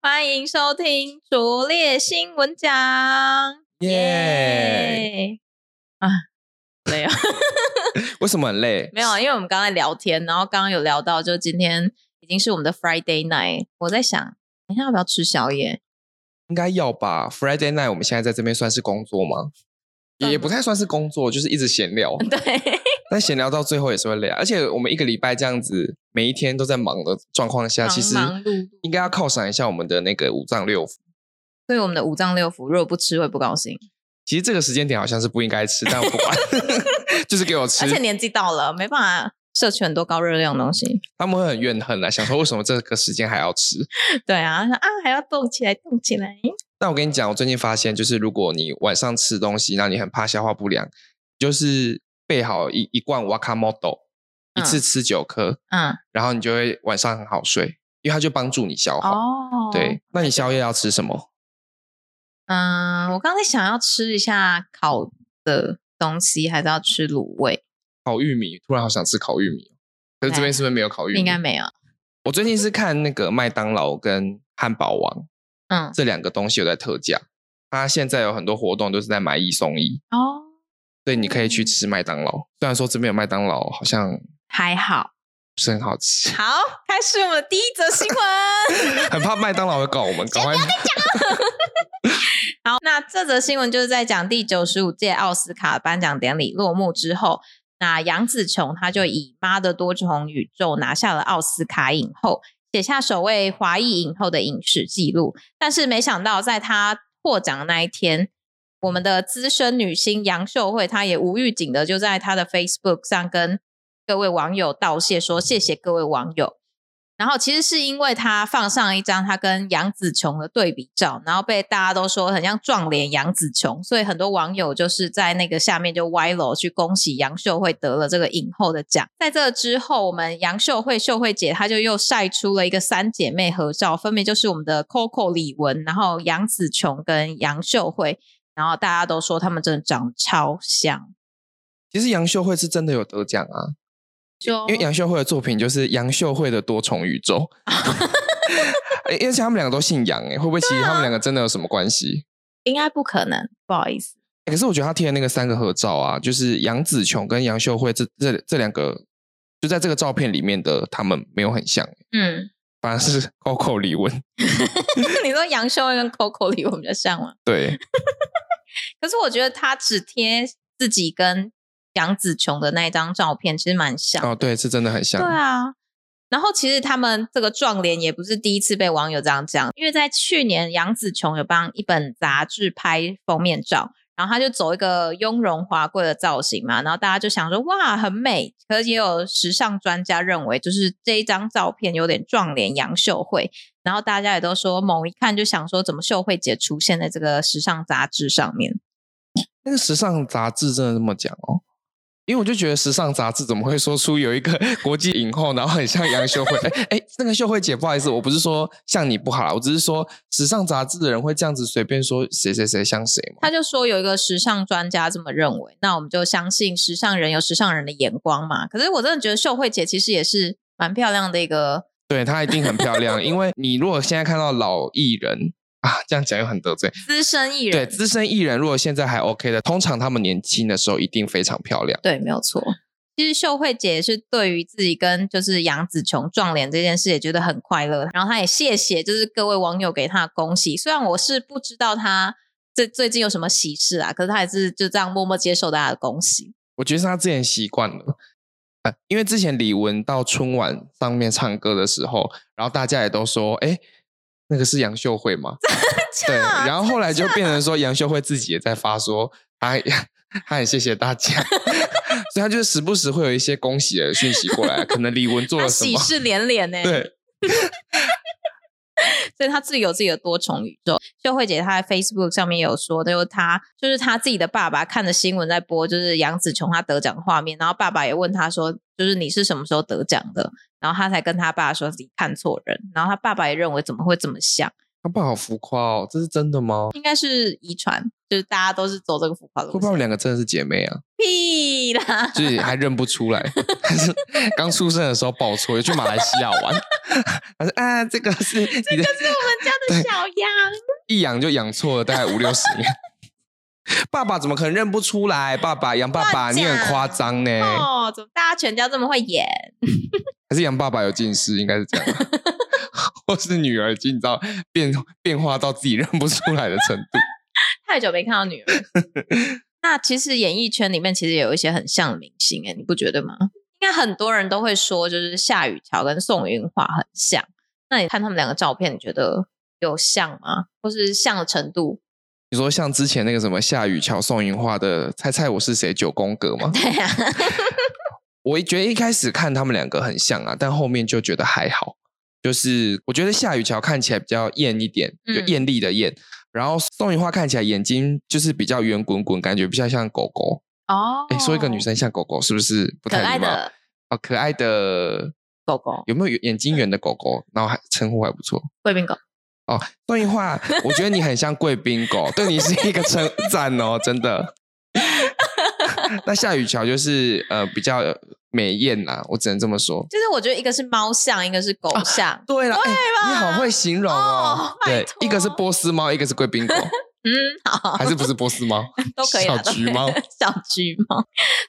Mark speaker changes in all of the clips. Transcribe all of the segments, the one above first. Speaker 1: 欢迎收听拙劣新闻奖，
Speaker 2: 耶！
Speaker 1: 耶！啊，累啊，
Speaker 2: 为什么很累？
Speaker 1: 没有，因为我们刚才聊天，然后刚刚有聊到，就今天已经是我们的 Friday night，我在想，等一下要不要吃宵夜？
Speaker 2: 应该要吧。Friday night 我们现在在这边算是工作吗？
Speaker 1: 算
Speaker 2: 也
Speaker 1: 吧，
Speaker 2: 不太算是工作，就是一直闲聊
Speaker 1: 对，
Speaker 2: 但闲聊到最后也是会累啊。而且我们一个礼拜这样子，每一天都在忙的状况下，啊其实
Speaker 1: 忙忙碌碌
Speaker 2: 应该要犒赏一下我们的那个五脏六腑。
Speaker 1: 对我们的五脏六腑，如果不吃会不高兴，
Speaker 2: 其实这个时间点好像是不应该吃，但我不管， 就是给我吃
Speaker 1: 而。且年纪到了，没办法摄取很多高热量的东西。
Speaker 2: 他们会很怨恨啊，想说为什么这个时间还要吃？
Speaker 1: 对啊，啊还要动起来，动起来。
Speaker 2: 但我跟你讲，我最近发现，就是如果你晚上吃东西，那你很怕消化不良，就是备好一一罐 Wakamoto，一
Speaker 1: 嗯
Speaker 2: 次吃九颗，
Speaker 1: 嗯，
Speaker 2: 然后你就会晚上很好睡，因为它就帮助你消化。
Speaker 1: 哦
Speaker 2: 对，，那你宵夜要吃什么？
Speaker 1: 嗯，我刚才想要吃一下烤的东西，还是要吃卤味？
Speaker 2: 烤玉米，突然好想吃烤玉米哦。可是这边是不是没有烤玉
Speaker 1: 哎
Speaker 2: 米？
Speaker 1: 应该。没有。
Speaker 2: 我最近是看那个麦当劳跟汉堡王
Speaker 1: 嗯，
Speaker 2: 这两个东西有在特价，它现在有很多活动都是在买一送一，
Speaker 1: 哦，
Speaker 2: 所以你可以
Speaker 1: 嗯
Speaker 2: 去吃麦当劳。虽然说这边有麦当劳，好像
Speaker 1: 还好。
Speaker 2: 不是很好吃。
Speaker 1: 好，开始我们的第一则新闻。
Speaker 2: 很怕麦当劳会告我们，赶快！
Speaker 1: 好，那这则新闻就是在讲第九十五届奥斯卡颁奖典礼落幕之后，那杨紫琼她就以《妈的多重宇宙》拿下了奥斯卡影后，写下首位华裔影后的影史纪录。但是没想到，在她获奖的那一天，我们的资深女星杨秀慧，她也无预警的就在她的 Facebook 上跟各位网友道谢，说谢谢各位网友。然后其实是因为她放上一张她跟杨紫琼的对比照，然后被大家都说很像撞脸杨紫琼，所以很多网友就是在那个下面就歪楼去恭喜杨秀慧得了这个影后的奖。在这之后，我们杨秀慧秀慧姐她就又晒出了一个三姐妹合照，分别就是我们的 Coco 李玟，然后杨紫琼跟杨秀慧。然后大家都说他们真的长得超像，
Speaker 2: 其实杨秀慧是真的有得奖啊，
Speaker 1: 就
Speaker 2: 因为杨秀慧的作品就是杨秀慧的多重宇 宙，诶而且他们两个都姓杨，哎，会不会其
Speaker 1: 啊
Speaker 2: 实他们两个真的有什么关系？
Speaker 1: 应该不可能，不好意思。
Speaker 2: 诶可是我觉得他贴的那个三个合照啊，就是杨紫琼跟杨秀慧这这这两个，就在这个照片里面的他们没有很像，
Speaker 1: 嗯，
Speaker 2: 反而是 Coco 李玟。
Speaker 1: 你说杨秀慧跟 Coco 李我比较像吗？
Speaker 2: 对，
Speaker 1: 可是我觉得他只贴自己跟杨紫琼的那一张照片，其实蛮像。
Speaker 2: 哦，对，是真的很像。
Speaker 1: 对啊。然后其实他们这个撞脸也不是第一次被网友这样讲，因为在去年杨紫琼有帮一本杂志拍封面照，然后她就走一个雍容华贵的造型嘛，然后大家就想说哇很美，可是也有时尚专家认为就是这一张照片有点撞脸杨秀慧，然后大家也都说猛一看就想说怎么秀慧姐出现在这个时尚杂志上面，
Speaker 2: 那个时尚杂志真的这么讲哦？因为我就觉得时尚杂志怎么会说出有一个国际影后，然后很像杨秀慧？哎哎，那个秀慧姐，不好意思，我不是说像你不好啦，我只是说时尚杂志的人会这样子随便说谁谁谁像谁嘛。
Speaker 1: 他就说有一个时尚专家这么认为，那我们就相信时尚人有时尚人的眼光嘛。可是我真的觉得秀慧姐其实也是蛮漂亮的一个，
Speaker 2: 对她一定很漂亮，因为你如果现在看到老艺人啊，这样讲又很得罪。
Speaker 1: 资深艺
Speaker 2: 对，
Speaker 1: 人，
Speaker 2: 资深艺人如果现在还 OK 的，通常他们年轻的时候一定非常漂亮。
Speaker 1: 对，没有错。其实秀慧姐也是对于自己跟就是杨紫琼撞脸这件事也觉得很快乐，然后她也谢谢就是各位网友给她的恭喜。虽然我是不知道她这最近有什么喜事啊，可是她还是就这样默默接受大家的恭喜。
Speaker 2: 我觉得是他之前习惯了，呃，因为之前李玟到春晚上面唱歌的时候，然后大家也都说，哎，那个是杨秀慧吗？对，
Speaker 1: 啊
Speaker 2: 然后后来就变成说杨秀慧自己也在发说，她 她很谢谢大家， 所以她就是时不时会有一些恭喜的讯息过来，可能李玟做
Speaker 1: 她
Speaker 2: 了什
Speaker 1: 喜
Speaker 2: 么，
Speaker 1: 事连连呢、
Speaker 2: 对，
Speaker 1: 所以她自己有自己的多重宇宙。秀慧姐她在 Facebook 上面有说，就是她就是她自己的爸爸看着新闻在播，就是杨紫琼她得奖的画面，然后爸爸也问她说，就是你是什么时候得奖的？然后她才跟她爸说你看错人，然后她爸爸也认为怎么会这么像？
Speaker 2: 他爸好浮夸哦，这是真的吗？
Speaker 1: 应该是遗传，就是大家都是走这个浮夸路
Speaker 2: 会不会
Speaker 1: 线。
Speaker 2: 我们两个真的是姐妹啊？
Speaker 1: 屁啦！
Speaker 2: 就是还认不出来，还是刚出生的时候抱错，有去马来西亚玩，他说啊，这个是你的，
Speaker 1: 这是我们家的小羊，
Speaker 2: 一养就养错了大概五六十年。爸爸怎么可能认不出来？爸爸杨爸爸，
Speaker 1: 乱讲
Speaker 2: 你很夸张呢。
Speaker 1: 哦，怎么大家全家这么会演？
Speaker 2: 还是杨爸爸有近视，应该是这样 吧，或是女儿已经你知道变变化到自己认不出来的程度。
Speaker 1: 太久没看到女儿。那其实演艺圈里面其实有一些很像的明星、哎，你不觉得吗？应该很多人都会说，就是夏雨乔跟宋云华很像。那你看他们两个照片，你觉得有像吗？或是像的程度？
Speaker 2: 你说像之前那个什么夏雨乔、宋云画的《猜猜我是谁》九宫格吗？
Speaker 1: 对呀、啊，
Speaker 2: 我觉得一开始看他们两个很像啊，但后面就觉得还好。就是我觉得夏雨乔看起来比较艳一点，就
Speaker 1: 嗯
Speaker 2: 艳丽的艳。然后宋雨花看起来眼睛就是比较圆滚滚，感觉比较像狗狗。
Speaker 1: 哦，
Speaker 2: 哎、说一个女生像狗狗是不是不
Speaker 1: 可
Speaker 2: 太
Speaker 1: 爱
Speaker 2: 礼貌？
Speaker 1: 的
Speaker 2: 哦，可爱的
Speaker 1: 狗狗，
Speaker 2: 有没有眼睛圆的狗狗？然后还称呼还不错。
Speaker 1: 贵宾狗，
Speaker 2: 宋雨花，我觉得你很像贵宾狗，对你是一个称赞哦，真的。 那夏雨乔就是呃比较美艳啦，我只能这么说。
Speaker 1: 就是我觉得一个是猫像，一个是狗
Speaker 2: 啊
Speaker 1: 像。
Speaker 2: 对了，哎、你好
Speaker 1: 吧
Speaker 2: 会形容哦
Speaker 1: 哦。拜
Speaker 2: 对，一个是
Speaker 1: 托
Speaker 2: 波斯猫，一个是贵 宾狗，
Speaker 1: 嗯，好，
Speaker 2: 还是不是波斯猫？
Speaker 1: 都可以啦，
Speaker 2: 小
Speaker 1: 都可以
Speaker 2: 橘猫
Speaker 1: 小橘猫。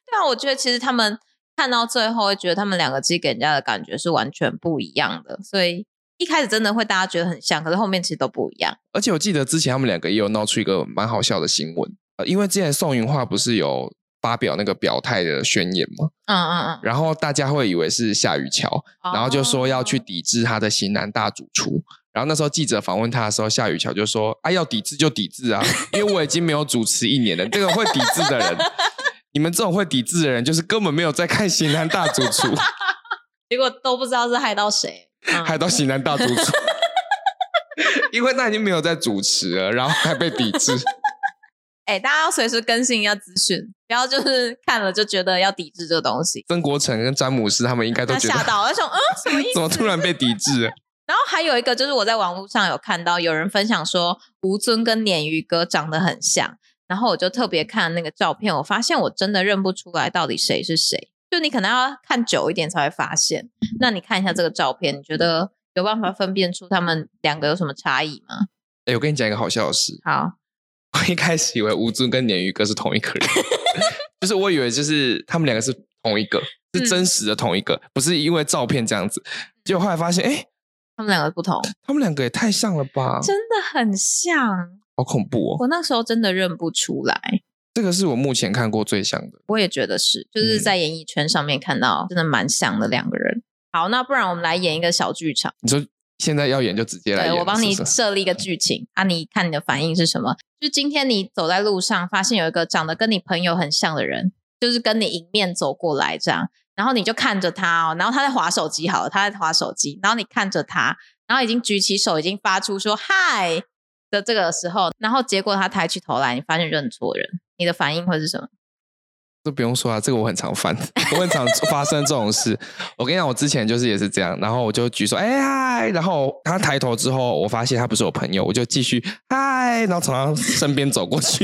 Speaker 1: 对啊，我觉得其实他们看到最后，会觉得他们两个其实给人家的感觉是完全不一样的，所以一开始真的会大家觉得很像，可是后面其实都不一样。
Speaker 2: 而且我记得之前他们两个也有闹出一个蛮好笑的新闻，呃，因为之前宋云画不是有发表那个表态的宣言嘛，
Speaker 1: 嗯嗯
Speaker 2: 然后大家会以为是夏雨乔，
Speaker 1: 嗯，
Speaker 2: 然后就说要去抵制他的型男大主厨。然后那时候记者访问他的时候，夏雨乔就说：“啊，要抵制就抵制啊， 因为我已经没有主持一年了。这个会抵制的人，你们这种会抵制的人，就是根本没有在看型男大主厨。”
Speaker 1: 结果都不知道是害到谁。嗯
Speaker 2: 还到西南大主厨， 因为他已经没有在主持了，然后还被抵 制。
Speaker 1: 哎、大家要随时更新一下资讯，不要就是看了就觉得要抵制这个东西，
Speaker 2: 曾国成跟詹姆斯他们应该都
Speaker 1: 他
Speaker 2: 觉
Speaker 1: 吓
Speaker 2: 得
Speaker 1: 到，他说嗯什么意思？
Speaker 2: 怎么突然被抵制了？
Speaker 1: 然后还有一个就是我在网络上有看到有人分享说吴尊跟鲶鱼哥长得很像，然后我就特别看那个照片，我发现我真的认不出来到底谁是谁。就你可能要看久一点才会发现。那你看一下这个照片，你觉得有办法分辨出他们两个有什么差异吗？
Speaker 2: 哎、我跟你讲一个好笑的事，
Speaker 1: 好，
Speaker 2: 我一开始以为吴尊跟鲶鱼哥是同一个 人，就是我以为就是他们两个是同一个，是
Speaker 1: 嗯
Speaker 2: 真实的同一个，不是因为照片这样子。结果后来发现，哎、
Speaker 1: 他们两个不同，
Speaker 2: 他们两个也太像了吧，
Speaker 1: 真的很像。
Speaker 2: 好恐怖哦！
Speaker 1: 我那时候真的认不出来，
Speaker 2: 这个是我目前看过最像的。
Speaker 1: 我也觉得是，就是在演艺圈上面看到真的蛮像的两个人。好，那不然我们来演一个小剧场。
Speaker 2: 你说现在要演就直接来
Speaker 1: 对
Speaker 2: 演了，
Speaker 1: 我帮你
Speaker 2: 是不是
Speaker 1: 设立一个剧情啊，你看你的反应是什么？就是今天你走在路上，发现有一个长得跟你朋友很像的人，就是跟你迎面走过来这样，然后你就看着他哦，然后他在划手机，好了，他在划手机，然后你看着他，然后已经举起手，已经发出说嗨的这个时候，然后结果他抬起头来，你发现认错人，你的反应会是什么？
Speaker 2: 这不用说啊，这个我很常犯， 我很常发生这种事。我跟你讲，我之前就是也是这样，然后我就举手，哎嗨，然后他抬头之后，我发现他不是我朋友，我就继续嗨，然后从他身边走过去。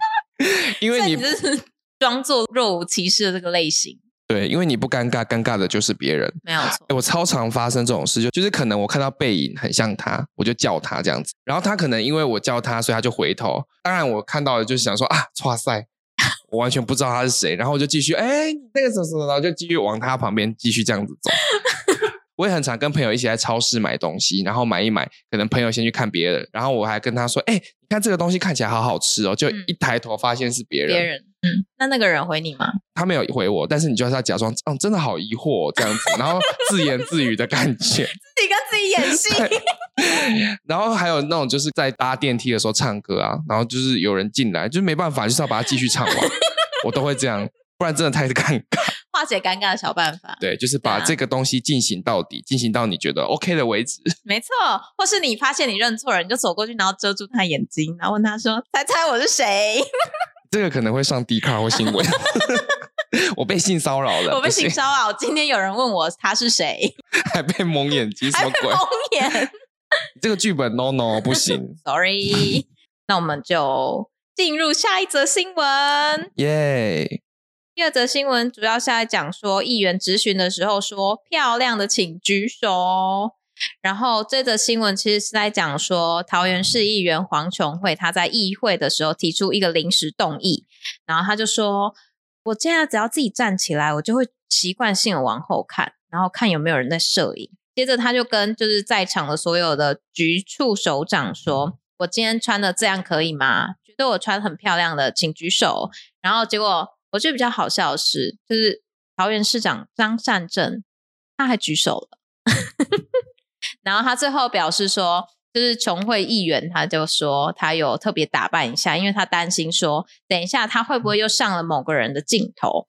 Speaker 2: 因为
Speaker 1: 所以
Speaker 2: 你
Speaker 1: 你这是装作若无其事的这个类型，
Speaker 2: 对，因为你不尴尬，尴尬的就是别人。
Speaker 1: 没有错
Speaker 2: 哎。我超常发生这种事，就就是可能我看到背影很像他，我就叫他这样子，然后他可能因为我叫他，所以他就回头。当然我看到了，就是想说啊，哇塞，我完全不知道他是谁，然后我就继续哎、那个什么什么，然后就继续往他旁边继续这样子走。 我也很常跟朋友一起在超市买东西，然后买一买，可能朋友先去看别人，然后我还跟他说：“哎、你看这个东西看起来好好吃哦。”就
Speaker 1: 嗯
Speaker 2: 一抬头发现是别人，
Speaker 1: 别人，嗯，那那个人回你吗？
Speaker 2: 他没有回我，但是你就是要假装嗯，真的好疑惑、哦、这样子，然后自言自语的感
Speaker 1: 自
Speaker 2: 觉。
Speaker 1: 己跟自己演戏，
Speaker 2: 然后还有那种就是在搭电梯的时候唱歌啊，然后就是有人进来，就是没办法，就是要把它继续唱完，我都会这样，不然真的太尴尬。
Speaker 1: 化解尴尬的小办法。
Speaker 2: 对，就是把
Speaker 1: 对啊
Speaker 2: 这个东西进行到底，进行到你觉得 OK 的为止。
Speaker 1: 没错，或是你发现你认错人，你就走过去，然后遮住他眼睛，然后问他说：“猜猜我是谁
Speaker 2: 这个可能会上 D 卡或新闻。 我被性骚扰？”了，
Speaker 1: 我被
Speaker 2: 不行
Speaker 1: 性骚扰，今天有人问我他是谁，
Speaker 2: 还被蒙眼睛，什
Speaker 1: 还
Speaker 2: 么
Speaker 1: 被
Speaker 2: 鬼
Speaker 1: 蒙？眼，
Speaker 2: 这个剧本 no no 不行，
Speaker 1: Sorry，那我们就进入下一则新闻。
Speaker 2: 耶、
Speaker 1: 第二则新闻主要是在讲说，议员质询的时候说“漂亮的请举手”，哦然后这则新闻其实是在讲说，桃园市议员黄琼惠他在议会的时候提出一个临时动议，然后他就说：“我现在只要自己站起来，我就会习惯性的往后看，然后看有没有人在摄影。”接着他就跟就是在场的所有的局处首长说：“我今天穿的这样可以吗？觉得我穿很漂亮的，请举手。”然后结果我觉得比较好笑的是，就是桃园市长张善政他还举手了， 然后他最后表示说，就是琼会议员他就说他有特别打扮一下，因为他担心说等一下他会不会又上了某个人的镜头。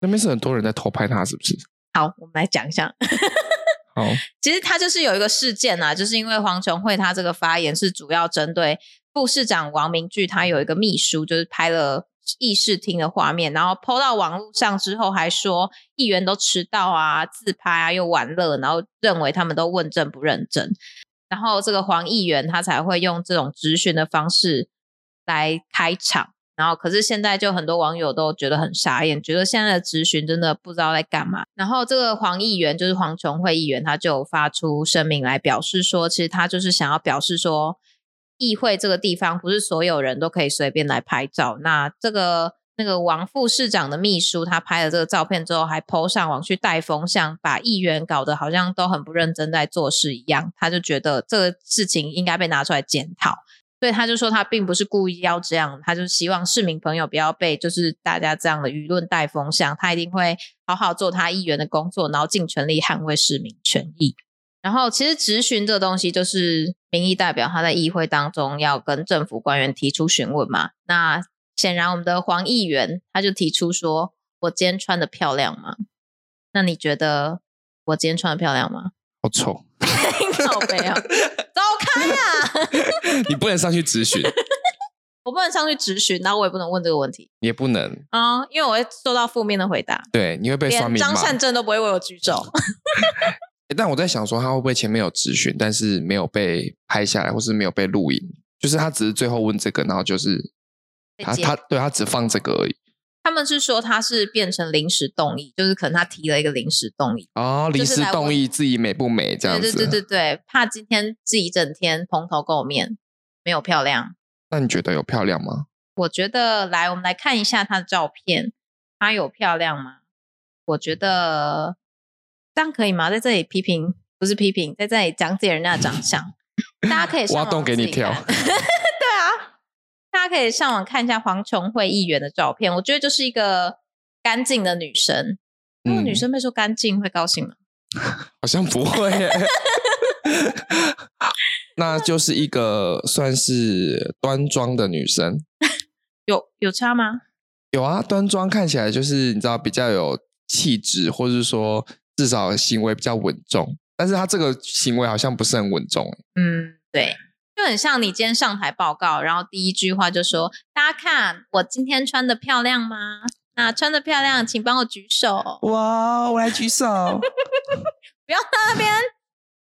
Speaker 2: 那边是很多人在偷拍他，是不是？
Speaker 1: 好，我们来讲一下，
Speaker 2: 好，
Speaker 1: 其实他就是有一个事件啊，就是因为黄琼慧他这个发言是主要针对副市长王明巨，他有一个秘书，就是拍了议事厅的画面，然后抛到网络上之后，还说议员都迟到啊、自拍啊、又玩乐，然后认为他们都问政不认真，然后这个黄议员他才会用这种质询的方式来开场。然后，可是现在就很多网友都觉得很傻眼，觉得现在的质询真的不知道在干嘛。然后这个黄议员就是黄琼慧议员，他就有发出声明来表示说，其实他就是想要表示说，议会这个地方不是所有人都可以随便来拍照。那这个那个王副市长的秘书，他拍了这个照片之后，还 PO 上网去带风向，把议员搞得好像都很不认真在做事一样。他就觉得这个事情应该被拿出来检讨。所以他就说他并不是故意要这样，他就是希望市民朋友不要被就是大家这样的舆论带风向，他一定会好好做他议员的工作，然后尽全力捍卫市民权益。然后其实质询这个东西就是民意代表他在议会当中要跟政府官员提出询问嘛。那显然我们的黄议员他就提出说：“我今天穿的漂亮吗？”那你觉得我今天穿的漂亮吗？
Speaker 2: 好丑，
Speaker 1: 好悲啊！走开啊！
Speaker 2: 你不能上去咨询，
Speaker 1: 我不能上去质询，然后我也不能问这个问题
Speaker 2: 也不能，
Speaker 1: 啊、因为我会受到负面的回答，
Speaker 2: 对，你会被酸
Speaker 1: 连
Speaker 2: 民
Speaker 1: 张
Speaker 2: 骂。
Speaker 1: 善政都不会为我举 手。
Speaker 2: 诶但我在想说，他会不会前面有咨询，但是没有被拍下来，或是没有被录影？就是他只是最后问这个，然后就是
Speaker 1: 被
Speaker 2: 他
Speaker 1: 截
Speaker 2: 他对他只放这个而已。
Speaker 1: 他们是说他是变成临时动议，就是可能他提了一个临时动议，
Speaker 2: 哦，临
Speaker 1: 就是
Speaker 2: 时
Speaker 1: 来
Speaker 2: 动
Speaker 1: 问
Speaker 2: 议自己美不美这样
Speaker 1: 对
Speaker 2: 子。
Speaker 1: 对对对对，怕今天自己一整天蓬头垢面，没有漂亮。
Speaker 2: 那你觉得有漂亮吗？
Speaker 1: 我觉得来，我们来看一下她的照片，她有漂亮吗？我觉得这样可以吗？在这里批评不是批评，在这里讲解人家的长相，大家可以上
Speaker 2: 挖
Speaker 1: 网
Speaker 2: 洞给
Speaker 1: 啊自
Speaker 2: 你
Speaker 1: 己
Speaker 2: 跳
Speaker 1: 看对啊，大家可以上网看一下黄琼慧议员的照片，我觉得就是一个干净的女生。如果
Speaker 2: 嗯
Speaker 1: 女生被说干净会高兴吗？
Speaker 2: 好像不会耶、 那就是一个算是端庄的女生。
Speaker 1: 有有差吗？
Speaker 2: 有啊，端庄看起来就是你知道比较有气质，或是说至少行为比较稳重。但是他这个行为好像不是很稳重、欸
Speaker 1: 嗯，对，就很像你今天上台报告，然后第一句话就说：“大家看我今天穿的漂亮吗？那穿的漂亮，请帮我举手。
Speaker 2: 哇，哦我来举手。”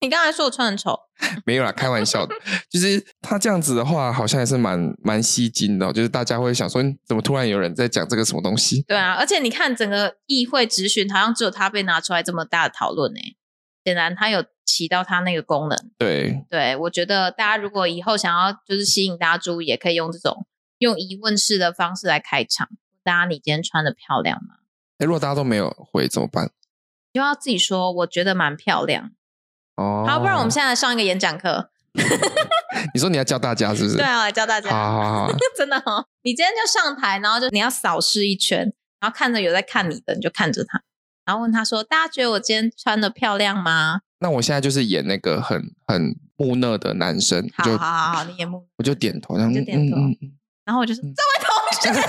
Speaker 1: 你刚才说我穿很丑，
Speaker 2: 没有啦，开玩笑的。就是他这样子的话，好像也是蛮蛮吸睛的哦、就是大家会想说，嗯怎么突然有人在讲这个什么东西？
Speaker 1: 对啊，而且你看整个议会质询，好像只有他被拿出来这么大的讨论呢、显然他有起到他那个功能。
Speaker 2: 对，
Speaker 1: 对，我觉得大家如果以后想要就是吸引大家注意，也可以用这种用疑问式的方式来开场。大家，你今天穿的漂亮吗？
Speaker 2: 哎，如果大家都没有回怎么办？
Speaker 1: 就要自己说，我觉得蛮漂亮。
Speaker 2: 哦，
Speaker 1: 好，不然我们现在来上一个演讲课。
Speaker 2: 你说你要教大家是不是？
Speaker 1: 对啊，我来教大家。
Speaker 2: 好好好， 啊
Speaker 1: 真的哦，你今天就上台，然后就你要扫视一圈，然后看着有在看你的，你就看着他，然后问他说：“大家觉得我今天穿的漂亮吗
Speaker 2: 那我现在就是演那个很很木讷的男生，？”
Speaker 1: 好
Speaker 2: 我就
Speaker 1: 好好好，你眼目。
Speaker 2: 我就点头，然后
Speaker 1: 你就点头
Speaker 2: 嗯嗯嗯
Speaker 1: 然后我就说：“这位同学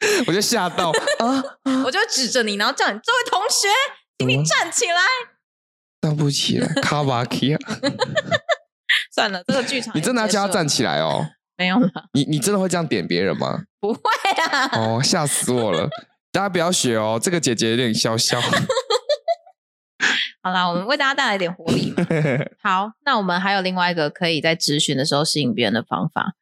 Speaker 2: 嗯我就吓 到啊，！”
Speaker 1: 我就指着你，然后叫你：“这位同学，请
Speaker 2: 怎么
Speaker 1: 你
Speaker 2: 了
Speaker 1: 站起来。
Speaker 2: 站不起 来，卡瓦基啊！”
Speaker 1: 算了，这个剧场
Speaker 2: 你真的要
Speaker 1: 也结束
Speaker 2: 叫
Speaker 1: 了
Speaker 2: 他站起来哦？
Speaker 1: 没有了？
Speaker 2: 你你真的会这样点别人吗？
Speaker 1: 不会 啊，
Speaker 2: 哦，吓死我了！大家不要学哦，这个姐姐有点笑笑。
Speaker 1: 好啦，我们为大家带来一点活力嘛。好，那我们还有另外一个可以在咨询的时候吸引别人的方法，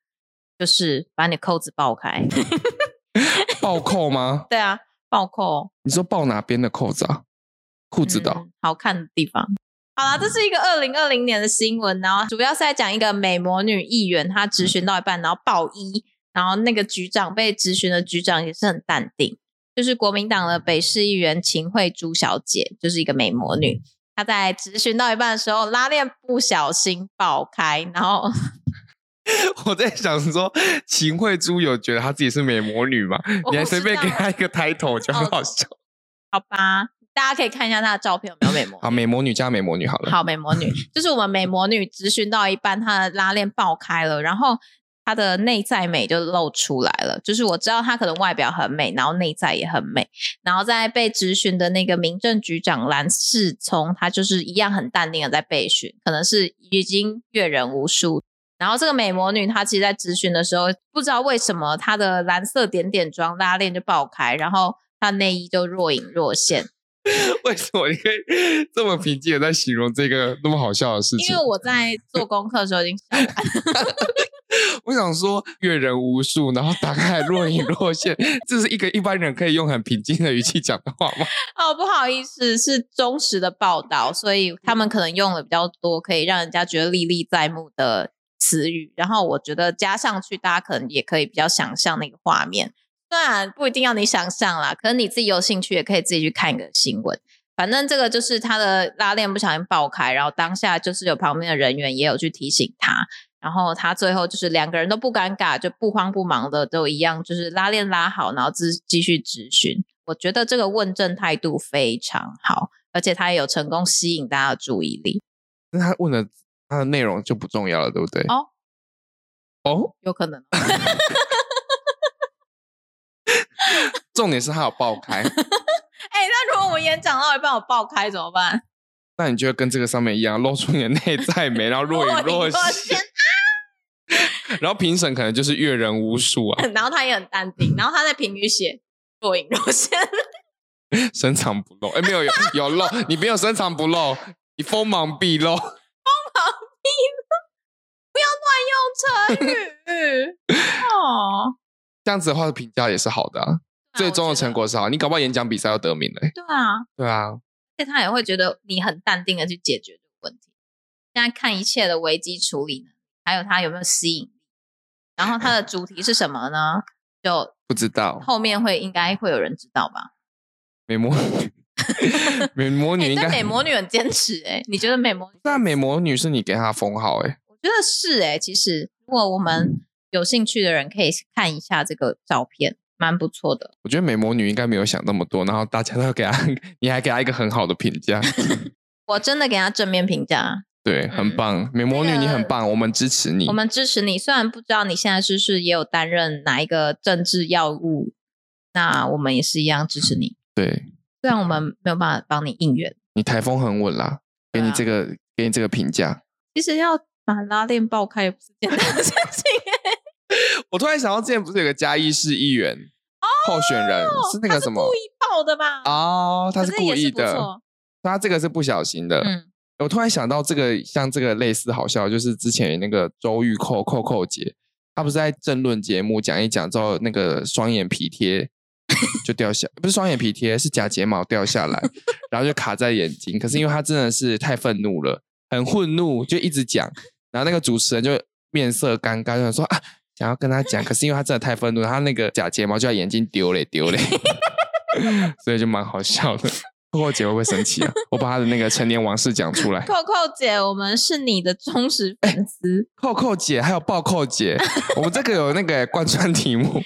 Speaker 1: 就是把你扣子爆开。
Speaker 2: 暴扣吗？
Speaker 1: 对啊，暴扣
Speaker 2: 你说暴哪边的扣子啊？裤子的哦、
Speaker 1: 嗯好看的地方。好
Speaker 2: 嗯
Speaker 1: 啦，这是一个二零二零年的新闻，然后主要是在讲一个美魔女议员，她
Speaker 2: 嗯
Speaker 1: 质询到一半，然后爆一，然后那个局长被质询的局长也是很淡定，就是国民党的北市议员秦惠珠小姐，就是一个美魔女，她在质询到一半的时候拉链不小心爆开，然后
Speaker 2: 我在想说，秦惠珠有觉得她自己是美魔女吗？
Speaker 1: 我
Speaker 2: 你还
Speaker 1: 不
Speaker 2: 随
Speaker 1: 知
Speaker 2: 便
Speaker 1: 道哦
Speaker 2: 给她一个 title，就很好笑。
Speaker 1: 好吧，大家可以看一下她的照片有没有美魔女
Speaker 2: 好，美魔女加美魔女好了。
Speaker 1: 好，美魔女就是我们美魔女咨询到一半，她的拉链爆开了，然后她的内在美就露出来了。就是我知道她可能外表很美，然后内在也很美。然后在被质询的那个民政局长蓝世聪，他就是一样很淡定的在被询，可能是已经阅人无数。然后这个美魔女她其实，在质询的时候，不知道为什么她的蓝色点点装拉链就爆开，然后她内衣就若隐若现。
Speaker 2: 为什么你可以这么平静的在形容这个那么好笑的事
Speaker 1: 因
Speaker 2: 情
Speaker 1: 为？我在做功课的时候已经
Speaker 2: 我想说阅人无数，然后打开来若隐若现， 这是一个一般人可以用很平静的语气讲的话吗？
Speaker 1: 哦，不好意思，是忠实的报道，所以他们可能用了比较多可以让人家觉得历历在目的词语。然后我觉得加上去，大家可能也可以比较想象那个画面。虽然不一定要你想象啦，可能你自己有兴趣也可以自己去看个新闻。反正这个就是他的拉链不小心爆开，然后当下就是有旁边的人员也有去提醒他，然后他最后就是两个人都不尴尬，就不慌不忙的都一样，就是拉链拉好，然后继继续质询。我觉得这个问政态度非常好，而且他也有成功吸引大家的注意力，
Speaker 2: 那他问的他的内容就不重要了，对不对？
Speaker 1: 哦
Speaker 2: 哦，
Speaker 1: 有可能。
Speaker 2: 重点是他有爆开，
Speaker 1: 哎、那如果我演讲到一半我爆开怎么办？
Speaker 2: 那你就会跟这个上面一样，露出你的内在美，然后若隐若现，然后评审可能就是阅人无数啊，
Speaker 1: 然后他也很淡定，然后他在评语写若隐若现，
Speaker 2: 深藏不露。哎，没有有有露，你没有深藏不露，你锋芒毕露。
Speaker 1: 不要乱用成 语哦。
Speaker 2: 这样子的话，评价也是好的、啊，最终的成果是好。你搞不好演讲比赛要得名嘞、
Speaker 1: 对啊，而
Speaker 2: 对啊，
Speaker 1: 且他也会觉得你很淡定的去解决这个问题。现在看一切的危机处理呢，还有他有没有吸引力，然后他的主题是什么呢？就
Speaker 2: 不知道
Speaker 1: 后面会应该会有人知道吧？
Speaker 2: 美魔女，美魔
Speaker 1: 哎，
Speaker 2: 女应
Speaker 1: 对
Speaker 2: 该。啊
Speaker 1: 美魔女很坚持哎、你觉得美魔女？
Speaker 2: 但美魔女是你给她的封号哎、
Speaker 1: 我觉得是哎、其实如果我们有兴趣的人可以看一下这个照片，蛮不错的。
Speaker 2: 我觉得美魔女应该没有想那么多，然后大家都给她，你还给她一个很好的评价，
Speaker 1: 我真的给他正面评价，
Speaker 2: 对，很棒，美魔女
Speaker 1: 嗯那个
Speaker 2: 你很棒，我们支持你
Speaker 1: 我。们支持你。虽然不知道你现在是不是也有担任哪一个政治药物，那我们也是一样支持你。
Speaker 2: 对
Speaker 1: 虽然我们没有办法帮你应援，
Speaker 2: 你台风很稳啦，给
Speaker 1: 对啊
Speaker 2: 你这个，给你这个评价。
Speaker 1: 其实要把拉链爆开也不 是简单的事情、欸。
Speaker 2: 我突然想到，之前不是有个嘉义市议员候选人是
Speaker 1: 哦
Speaker 2: 那
Speaker 1: 他
Speaker 2: 个什么
Speaker 1: 故？意爆的吧？
Speaker 2: 哦，他
Speaker 1: 可
Speaker 2: 是
Speaker 1: 是
Speaker 2: 故
Speaker 1: 也
Speaker 2: 意
Speaker 1: 是不
Speaker 2: 的，呃
Speaker 1: 错。
Speaker 2: 他这个是不小心的。
Speaker 1: 嗯，
Speaker 2: 我突然想到这个，像这个类似好笑，就是之前那个周玉蔻蔻蔻姐，她不是在政论节目讲一讲之后，那个双眼皮贴就掉下，不是双眼皮贴，是假睫毛掉下来，然后就卡在眼睛。可是因为她真的是太愤怒了，很愤怒，就一直讲，然后那个主持人就面色尴尬，就想说啊，想要跟她讲，可是因为她真的太愤怒，她那个假睫毛就在眼睛丢嘞丢嘞，所以就蛮好笑的。蔻蔻姐会不会生气啊？我把她的那个成年往事讲出来。
Speaker 1: 扣扣姐，我们是你的忠实
Speaker 2: 哎
Speaker 1: 粉丝。
Speaker 2: 扣扣姐还有暴 扣姐，我们这个有那个贯穿题目。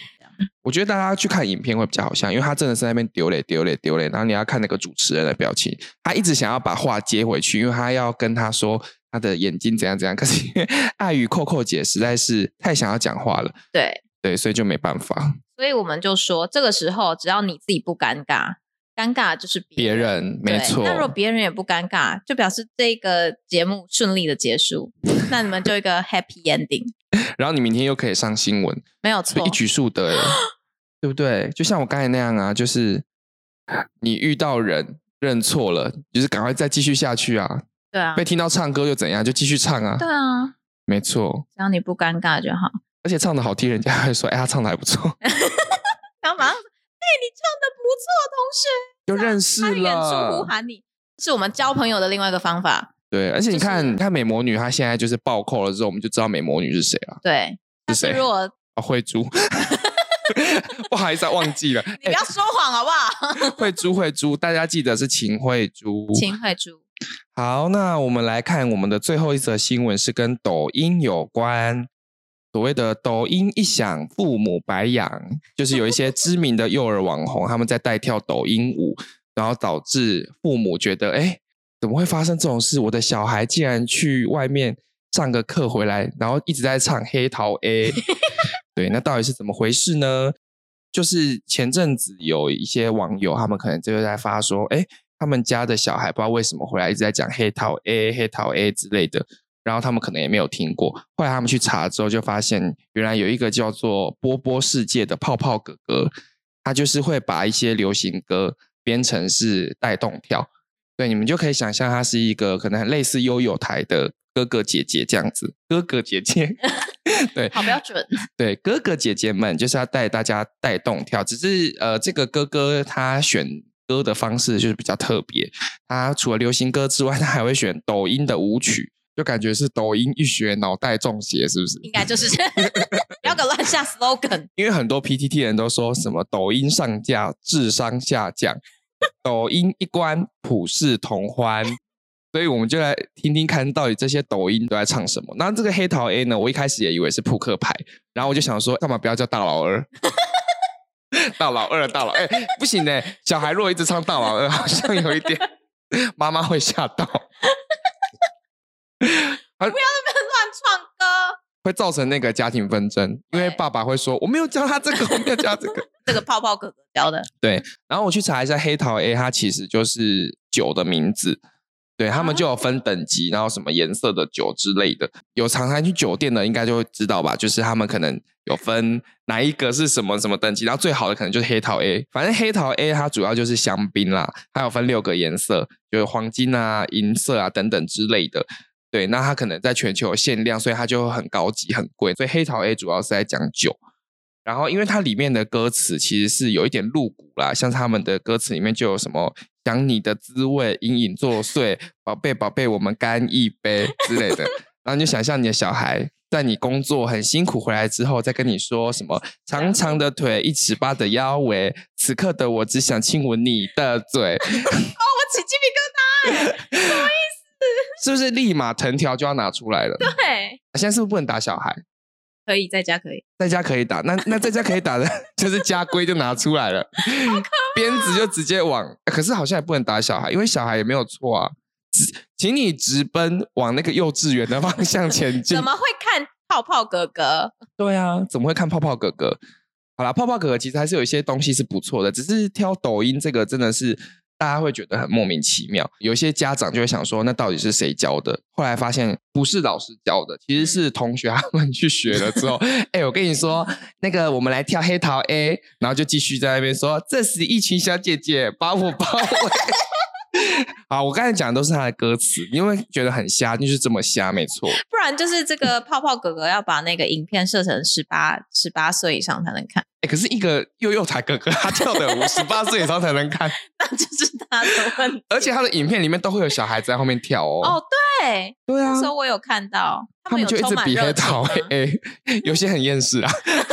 Speaker 2: 我觉得大家去看影片会比较好像，因为他真的是在那边丢嘞丢嘞丢嘞，然后你要看那个主持人的表情，他一直想要把话接回去，因为他要跟他说他的眼睛怎样怎样，可是因 为碍于扣扣姐实在是太想要讲话了，
Speaker 1: 对，
Speaker 2: 对，所以就没办法。
Speaker 1: 所以我们就说，这个时候只要你自己不尴尬，尴尬就是
Speaker 2: 别
Speaker 1: 人。
Speaker 2: 人没
Speaker 1: 对
Speaker 2: 错，
Speaker 1: 那如果别人也不尴尬，就表示这个节目顺利的结束，那你们就一 个 happy ending，
Speaker 2: 然后你明天又可以上新闻，
Speaker 1: 没有
Speaker 2: 所
Speaker 1: 错
Speaker 2: 以一。举 数得耶，对不对？就像我刚才那样啊，就是你遇到人，认错了，就是赶快再继续下去啊！
Speaker 1: 对啊
Speaker 2: 被，听到唱歌又怎样？就继续唱啊！
Speaker 1: 对啊，
Speaker 2: 没错，
Speaker 1: 只要你不尴尬就好。
Speaker 2: 而且唱的好听，人家还说：“哎，他唱的还 不错，
Speaker 1: 然后马上说，哎、你唱的不错，
Speaker 2: 就认识
Speaker 1: 同学，他远处呼
Speaker 2: 了。
Speaker 1: 喊你，是我们交朋友的另外一个方法。”
Speaker 2: 对，而且你
Speaker 1: 就是
Speaker 2: 看，你看美魔女，她现在就是暴扣了之后，我们就知道美魔女是谁了。
Speaker 1: 对，但
Speaker 2: 是
Speaker 1: 是
Speaker 2: 谁
Speaker 1: 如果
Speaker 2: 啊，慧珠， 不好意思、啊，忘记了。
Speaker 1: 你不要说谎好不好？
Speaker 2: 哎慧珠，慧珠，大家记得是秦慧珠。
Speaker 1: 秦惠珠，
Speaker 2: 好，那我们来看我们的最后一则新闻，是跟抖音有关。所谓的“抖音一响，父母白养”，就是有一些知名的幼儿网红，他们在带跳抖音舞，然后导致父母觉得，哎，怎么会发生这种事？我的小孩竟然去外面上个课回来，然后一直在唱《黑桃 A》。对，那到底是怎么回事呢？就是前阵子有一些网友，他们可能就在发说，哎，他们家的小孩不知道为什么回来一直在讲黑桃 A、黑桃 A 之类的，然后他们可能也没有听过。后来他们去查之后，就发现原来有一个叫做“波波世界”的泡泡哥哥，他就是会把一些流行歌编成是带动跳。对，你们就可以想象，他是一个可能很类似悠悠台的哥哥姐姐这样子，哥哥姐姐。对，
Speaker 1: 好标准。
Speaker 2: 对哥哥姐姐们，就是要带大家带动跳。只是呃，这个哥哥他选歌的方式就是比较特别，他除了流行歌之外，他还会选抖音的舞曲，就感觉是抖音一学脑袋中邪，是不是？
Speaker 1: 应该就是 这样不要给我乱下 slogan。
Speaker 2: 因为很多 PTT 人都说什么抖音上架智商下降，抖音一关普世同欢，所以我们就来听听看到底这些抖音都在唱什么。那这个黑桃 A 呢，我一开始也以为是扑克牌，然后我就想说，干嘛不要叫大老二？ 大老二，大老哎、不行呢、小孩如果一直唱大老二，好像有一点妈妈会吓到，
Speaker 1: 乱创歌，
Speaker 2: 会造成那个家庭纷争，因为
Speaker 1: 对
Speaker 2: 爸爸会说我没有教他这个，我没有教他这个。
Speaker 1: 这个泡泡哥哥教的，哦
Speaker 2: 然后我去查一下，黑桃 A 它其实就是酒的名字，对他们就有分等级，然后什么颜色的酒之类的。有常常去酒店的应该就会知道吧，就是他们可能有分哪一个是什么什么等级，然后最好的可能就是黑桃 A。反正黑桃 A 它主要就是香槟啦，它有分六个颜色，就是黄金啊、银色啊等等之类的。对，那它可能在全球有限量，所以它就很高级、很贵。所以黑桃 A 主要是在讲酒。然后，因为它里面的歌词其实是有一点露骨啦，像是他们的歌词里面就有什么“想你的滋味隐隐作祟”，宝贝宝贝，我们干一杯之类的。然后你就想象你的小孩在你工作很辛苦回来之后，再跟你说什么“长长的腿，一尺八的腰围，此刻的我只想亲吻你的嘴
Speaker 1: 哦，我起鸡皮”，
Speaker 2: 是不是立马藤条就要拿出来了？
Speaker 1: 疙瘩。对，
Speaker 2: 现在是不是不能打小孩？
Speaker 1: 可以在家可以。
Speaker 2: 在家可以打，那那在家可以打的 就是家规就拿出来了，鞭子就直接往，呃可是好像也不能打小孩，因为小孩也没有错啊，只请你直奔往那个幼稚园的方向前进
Speaker 1: 怎。么会看泡泡哥哥？
Speaker 2: 对啊，怎么会看泡泡哥哥？好啦，泡泡哥哥其实还是有一些东西是不错的，只是挑抖音这个真的是大家会觉得很莫名其妙。有一些家长就会想说，那到底是谁教的？后来发现不是老师教的，其实是同学 他们去学了之后，哎、我跟你说，那个我们来跳黑桃 A，然后就继续在那边说，这时一群小姐姐把我包围。 好，我刚才讲的都是他的歌词，因为觉得很瞎，就是这么瞎，没错。
Speaker 1: 不然就是这个泡泡哥哥要把那个影片设成十八十八岁以上才能看，
Speaker 2: 欸可是一个幼幼才哥哥，他跳的我十八岁以上才能看，
Speaker 1: 那就是他的问题。
Speaker 2: 而且他的影片里面都会有小孩子在后面跳哦。
Speaker 1: 哦，对，
Speaker 2: 对啊
Speaker 1: 那时，候我有看到，
Speaker 2: 他们
Speaker 1: 有
Speaker 2: 就一
Speaker 1: 充
Speaker 2: 直
Speaker 1: 满
Speaker 2: 比黑
Speaker 1: 热情
Speaker 2: 桃欸
Speaker 1: 啊
Speaker 2: A，有些很厌世啊，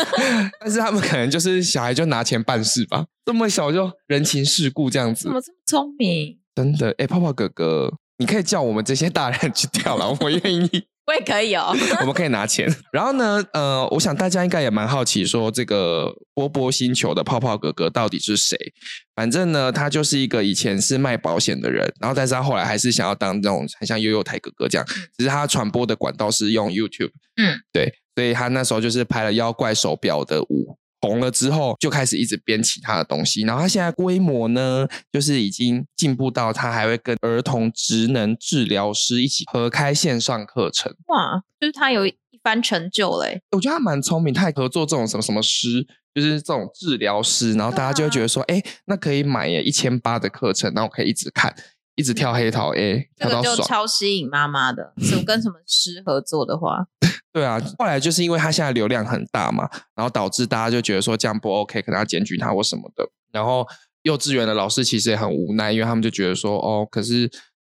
Speaker 2: 但是他们可能就是小孩就拿钱办事吧，这么小就人情世故这样
Speaker 1: 怎
Speaker 2: 子，
Speaker 1: 么这么聪明？
Speaker 2: 真的。哎、泡泡哥哥，你可以叫我们这些大人去跳了，我愿意。
Speaker 1: 我也可以哦。
Speaker 2: 我们可以拿钱。 然后呢，呃，我想大家应该也蛮好奇，说这个波波星球的泡泡哥哥到底是谁？反正呢，他就是一个以前是卖保险的人，然后但是他后来还是想要当那种很像悠悠台哥哥这样，只是他传播的管道是用 YouTube。
Speaker 1: 嗯，
Speaker 2: 对，所以他那时候就是拍了妖怪手表的舞。红了之后，就开始一直编其他的东西。然后他现在规模呢，就是已经进步到他还会跟儿童职能治疗师一起合开线上课程。
Speaker 1: 哇，就是他有一番成就了欸、
Speaker 2: 我觉得他蛮聪明，他还合作这种什么什么师，就是这种治疗师，然后大家就会觉得说，
Speaker 1: 啊
Speaker 2: 哎、那可以买耶一千八的课程，然后可以一直看，一直跳黑桃 A，
Speaker 1: 啊这
Speaker 2: 跳
Speaker 1: 个
Speaker 2: 到
Speaker 1: 就
Speaker 2: 爽。
Speaker 1: 超吸引妈妈的。什么跟什么师合作的话，
Speaker 2: 对啊，后来就是因为他现在流量很大嘛，然后导致大家就觉得说这样不 OK，可能要检举他或什么的。然后幼稚园的老师其实也很无奈，因为他们就觉得说，哦，可是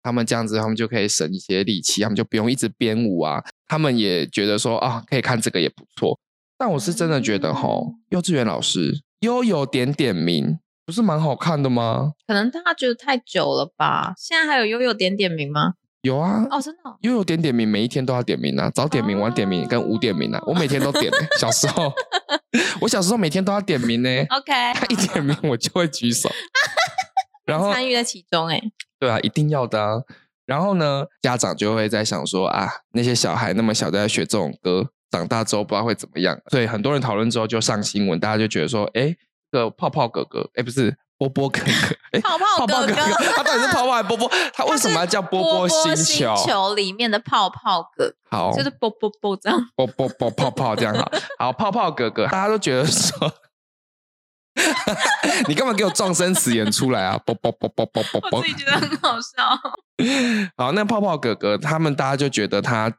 Speaker 2: 他们这样子，他们就可以省一些力气，他们就不用一直编舞啊。他们也觉得说，啊，可以看这个也不错。但我是真的觉得，吼，幼稚园老师悠悠点点名，不是蛮好看的吗？
Speaker 1: 可能大家觉得太久了吧？现在还有悠悠点点名吗？
Speaker 2: 有啊，
Speaker 1: 哦，真的哦、
Speaker 2: 悠悠点点名，每一天都要点名啊，早点名、晚点名跟午点
Speaker 1: 哦
Speaker 2: 名啊，我每天都 点、欸。小时候， 我小时候每天都要点名呢、
Speaker 1: o k
Speaker 2: 他一点名我就会 举手，然后
Speaker 1: 参与在其中、欸，哎，
Speaker 2: 对啊，一定要的、啊。然后呢，家长就会在想说啊，那些小孩那么小都在学这种歌，长大之后不知道会怎么样。所以很多人讨论之后就上新闻，大家就觉得说，哎，这个泡泡哥哥，哎，不是波波哥哥，哎，
Speaker 1: 泡泡
Speaker 2: 泡 泡
Speaker 1: 哥
Speaker 2: 哥哥，他到 底是泡泡还是波波？他为什么要叫波
Speaker 1: 波
Speaker 2: 星
Speaker 1: 星球哦里面的泡泡哥，
Speaker 2: 好，
Speaker 1: 就是啵啵啵这样。
Speaker 2: 啵啵啵泡泡这样好，好泡泡哥哥，大家都觉得说， 你干嘛给我撞声词演出来啊？啵啵啵啵啵啵啵
Speaker 1: 我自，己觉得很好笑。
Speaker 2: 好，那泡泡哥哥他们大家就觉得他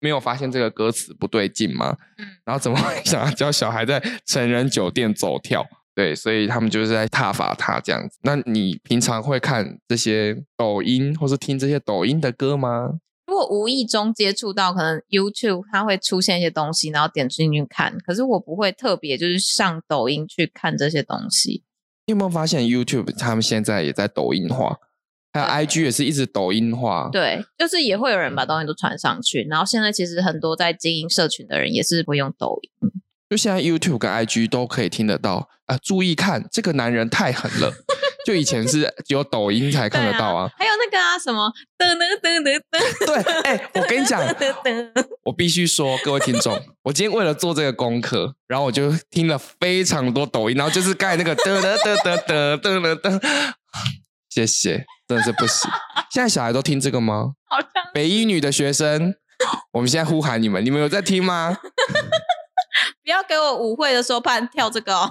Speaker 2: 没有发现这个歌词不对劲吗？
Speaker 1: 嗯
Speaker 2: 然后怎么会想要教小孩在成人酒店走跳？对，所以他们就是在挞伐他这样子。那你平常会看这些抖音，或是听这些抖音的歌吗？
Speaker 1: 如果无意中接触到，可能 YouTube 它会出现一些东西，然后点进去看。可是我不会特别就是上抖音去看这些东西。
Speaker 2: 你有没有发现 YouTube 他们现在也在抖音化，还有 IG 也是一直抖音化？
Speaker 1: 对，就是也会有人把东西都传上去。然后现在其实很多在经营社群的人也是会用抖音。
Speaker 2: 就现在 YouTube 跟 IG 都可以听得到啊、注意看，这个男人太狠了。就以前是只有抖音才看得到啊。
Speaker 1: 还有那个啊什么噔噔噔噔噔
Speaker 2: 对，哎、我跟你讲，
Speaker 1: 噔噔，
Speaker 2: 我必须说，各位听众，我今天为了做这个功课，然后我就听了非常多抖音，然后就是刚才那个得得得得得得得 得，谢谢，真的是不行。现在小孩都听这个吗？
Speaker 1: 好像
Speaker 2: 北一女的学生，我们现在呼喊你们，你们有在听吗？
Speaker 1: 不要给我舞会的时候半跳这个哦。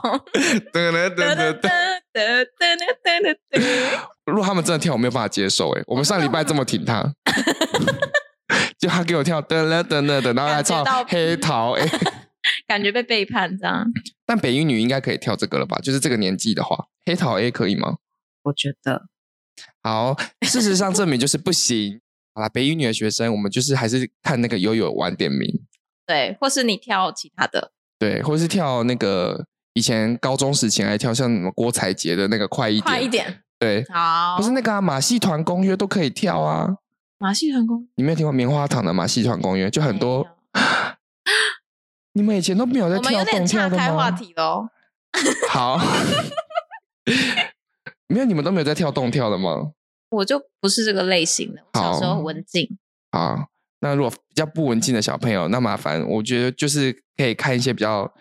Speaker 2: 得得得
Speaker 1: 噔
Speaker 2: 得
Speaker 1: 噔
Speaker 2: 得。
Speaker 1: 噔噔噔噔噔噔，
Speaker 2: 如果他们真的跳，我没有办法接受、欸。哎，我们上礼拜这么挺他， 就他给我跳得了得了的，然后还唱
Speaker 1: 感觉到
Speaker 2: 黑桃。哎、
Speaker 1: 感觉被背叛这样。
Speaker 2: 但北一女应该可以跳这个了吧？就是这个年纪的话，黑桃 A 可以吗？
Speaker 1: 我觉得
Speaker 2: 好，事实上证明就是不行。 好啦，北一女的学生，我们就是还是看那个悠悠晚点名，
Speaker 1: 对，或是你跳其他的。
Speaker 2: 对，或者是跳那个以前高中时期还跳像什么郭采洁的那个快一点，
Speaker 1: 快一点，
Speaker 2: 对，
Speaker 1: 好
Speaker 2: 不。是那
Speaker 1: 哦
Speaker 2: 个啊，马戏团公约都可以跳啊。
Speaker 1: 马戏团公
Speaker 2: 你没有听过棉花糖的马戏团公约？就很多，你们以前都没有在
Speaker 1: 我们有
Speaker 2: 跳
Speaker 1: 点
Speaker 2: 动
Speaker 1: 岔
Speaker 2: 跳的
Speaker 1: 开话
Speaker 2: 吗？
Speaker 1: 题喽。
Speaker 2: 好，没有，你们都没有在跳动跳的吗？
Speaker 1: 我就不是这个类型的，我小时候很文静，
Speaker 2: 啊，那如果比较不文静的小朋友，那麻烦我觉得就是可以看一些比较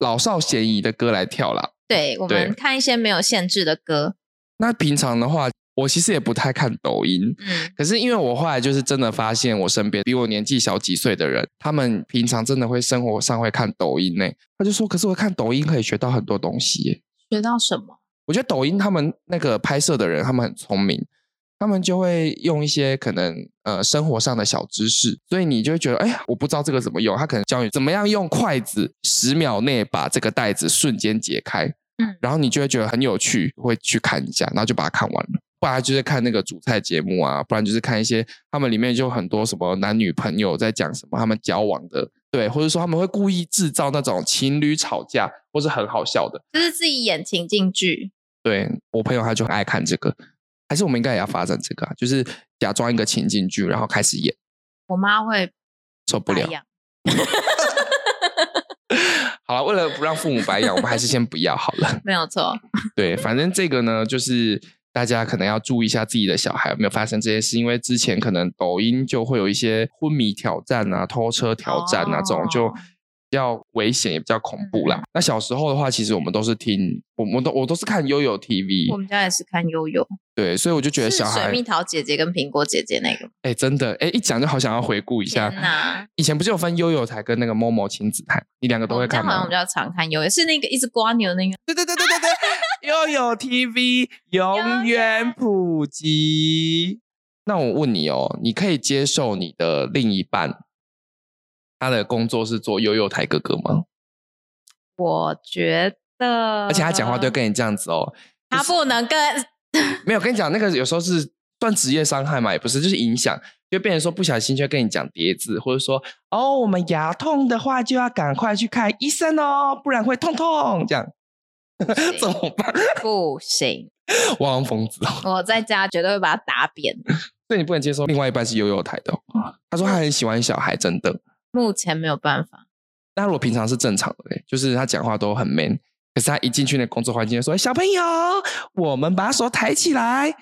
Speaker 2: 老少咸宜的歌来跳啦。
Speaker 1: 对我们
Speaker 2: 对
Speaker 1: 看一些没有限制的歌，
Speaker 2: 那平常的话，我其实也不太看抖音，
Speaker 1: 嗯，
Speaker 2: 可是因为我后来就是真的发现，我身边比我年纪小几岁的人，他们平常真的会生活上会看抖音呢、他就说，可是我看抖音可以学到很多东西耶、
Speaker 1: 学到什么？
Speaker 2: 我觉得抖音他们那个拍摄的人，他们很聪明，他们就会用一些可能呃生活上的小知识，所以你就会觉得，哎，我不知道这个怎么用，他可能教你怎么样用筷子十秒内把这个袋子瞬间解开，
Speaker 1: 嗯
Speaker 2: 然后你就会觉得很有趣，会去看一下，然后就把它看完了。不然就是看那个主菜节目啊，不然就是看一些他们里面就有很多什么男女朋友在讲什么，他们交往的，对，或者说他们会故意制造那种情侣吵架，或是很好笑的。
Speaker 1: 就是自己演情境剧，
Speaker 2: 对我朋友他就很爱看这个，还是我们应该也要发展这个、啊，就是假装一个情境剧，然后开始演，
Speaker 1: 我妈会
Speaker 2: 受不
Speaker 1: 白
Speaker 2: 了。
Speaker 1: 养。
Speaker 2: 好了，为了不让父母白养，我们还是先不要好了。
Speaker 1: 没有错，
Speaker 2: 对，反正这个呢，就是大家可能要注意一下自己的小孩有没有发生这些事，因为之前可能抖音就会有一些昏迷挑战啊、偷车挑战啊、这种，就
Speaker 1: 哦嗯
Speaker 2: 较危险，也比较恐怖啦。那小时候的话，其实我们都是听，我们都我都是看悠悠
Speaker 1: 我
Speaker 2: TV，
Speaker 1: 们家也是看悠悠，
Speaker 2: 对，所以我就觉得
Speaker 1: 是
Speaker 2: 小
Speaker 1: 水
Speaker 2: 孩
Speaker 1: 蜜，桃姐姐跟苹果姐姐那个吗。
Speaker 2: 哎、真的，哎、一讲就好想要回顾一
Speaker 1: 天
Speaker 2: 下。
Speaker 1: 哪！
Speaker 2: 以前不是有分悠悠台跟那个某某亲子台，你两个都
Speaker 1: 我
Speaker 2: 会
Speaker 1: 们家
Speaker 2: 看
Speaker 1: 哦好像
Speaker 2: 吗
Speaker 1: 比？较常看悠悠，是那个一直刮牛那个。
Speaker 2: 对对对对对对，悠悠 TV 永远普及。那我问你哦，你可以接受你的另一半他的工作是做悠悠台哥哥吗？
Speaker 1: 我觉得，
Speaker 2: 而且他讲话都会跟你这样子哦，
Speaker 1: 他不能跟
Speaker 2: 没有跟你讲那个有时候是算职业伤害嘛，也不是，就是影响，就变成说不小心就会跟你讲叠字，或者说哦，我们牙痛的话就要赶快去看医生哦，不然会痛痛这样。 怎么办？
Speaker 1: 不行，
Speaker 2: 我好像疯子哦。
Speaker 1: 我在家绝对会把他打扁。
Speaker 2: 所以你不能接受另外一半是悠悠台的哦、他说他很喜欢小孩，真的。
Speaker 1: 目前没有办法，
Speaker 2: 那如果平常是正常的嘞，欸就是他讲话都很 man，可是他一进去那工作环境就说：“小朋友，我们把手抬起来。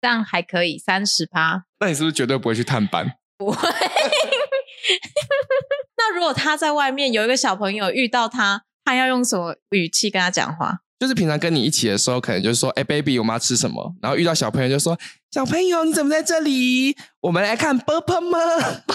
Speaker 1: 这样还可以三十趴。”
Speaker 2: 那你是不是绝对不会去探班？
Speaker 1: 那如果他在外面有一个小朋友遇到他，他要用什么语气跟他讲话？
Speaker 2: 就是平常跟你一起的时候，可能就是说：“哎、b a b y 我们要吃什么？”然后遇到小朋友就说：“小朋友，你怎么在这里？我们来看波波吗
Speaker 1: 不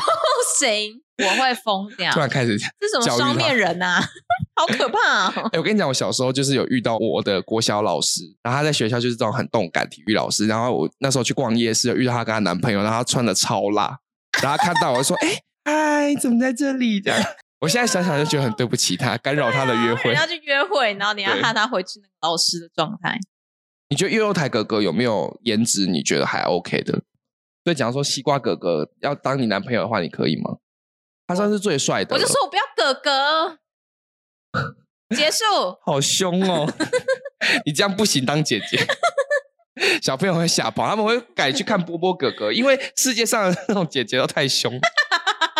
Speaker 1: 行，我会疯？”掉
Speaker 2: 突。然开始，
Speaker 1: 这什
Speaker 2: 教
Speaker 1: 么
Speaker 2: 育
Speaker 1: 双
Speaker 2: 他
Speaker 1: 面人呐、 好可怕、哦！
Speaker 2: 哎、我跟你讲，我小时候就是有遇到我的国小老师，然后他在学校就是这种很动感体育老师，然后我那时候去逛夜市，有遇到她跟她男朋友，然后她穿的超辣，然后她看到我就说：“哎、嗨，怎么在这里？”这样，我现在想想就觉得很对不起她，干扰她的约会
Speaker 1: 人。家去约会，啊然后你要
Speaker 2: 对
Speaker 1: 害他回去那个老师的状态。
Speaker 2: 你觉得悠悠台哥哥有没有颜值？你觉得还 OK 的？所以，假如说西瓜哥哥要当你男朋友的话，你可以吗？他算是最帅的
Speaker 1: 我
Speaker 2: 了，
Speaker 1: 就说我不要哥哥，结束。
Speaker 2: 好凶哦！ 你这样不行，当姐 姐。小朋友会吓跑，他们会改去看波波哥哥，因为世界上的那种姐姐都太凶。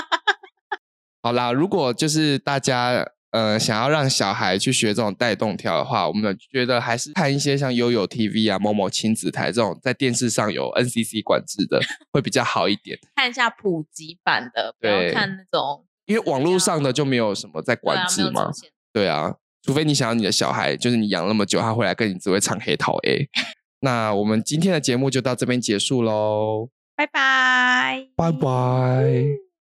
Speaker 2: 好啦，如果就是大家呃想要让小孩去学这种带动跳的话，我们觉得还是看一些像悠悠 TV 啊、某某亲子台这种在电视上有 NCC 管制的会比较好一点，
Speaker 1: 看一下普及版的，不
Speaker 2: 对
Speaker 1: 要看那种
Speaker 2: 因为网络上的就没有什么在
Speaker 1: 对
Speaker 2: 管
Speaker 1: 啊没
Speaker 2: 制
Speaker 1: 有
Speaker 2: 嘛。
Speaker 1: 出现。
Speaker 2: 对啊，除非你想要你的小孩，就是你养那么久，他回来跟你只会唱黑桃 A。那 我们今天的节目就到这边结束喽，
Speaker 1: 拜拜，
Speaker 2: 拜拜。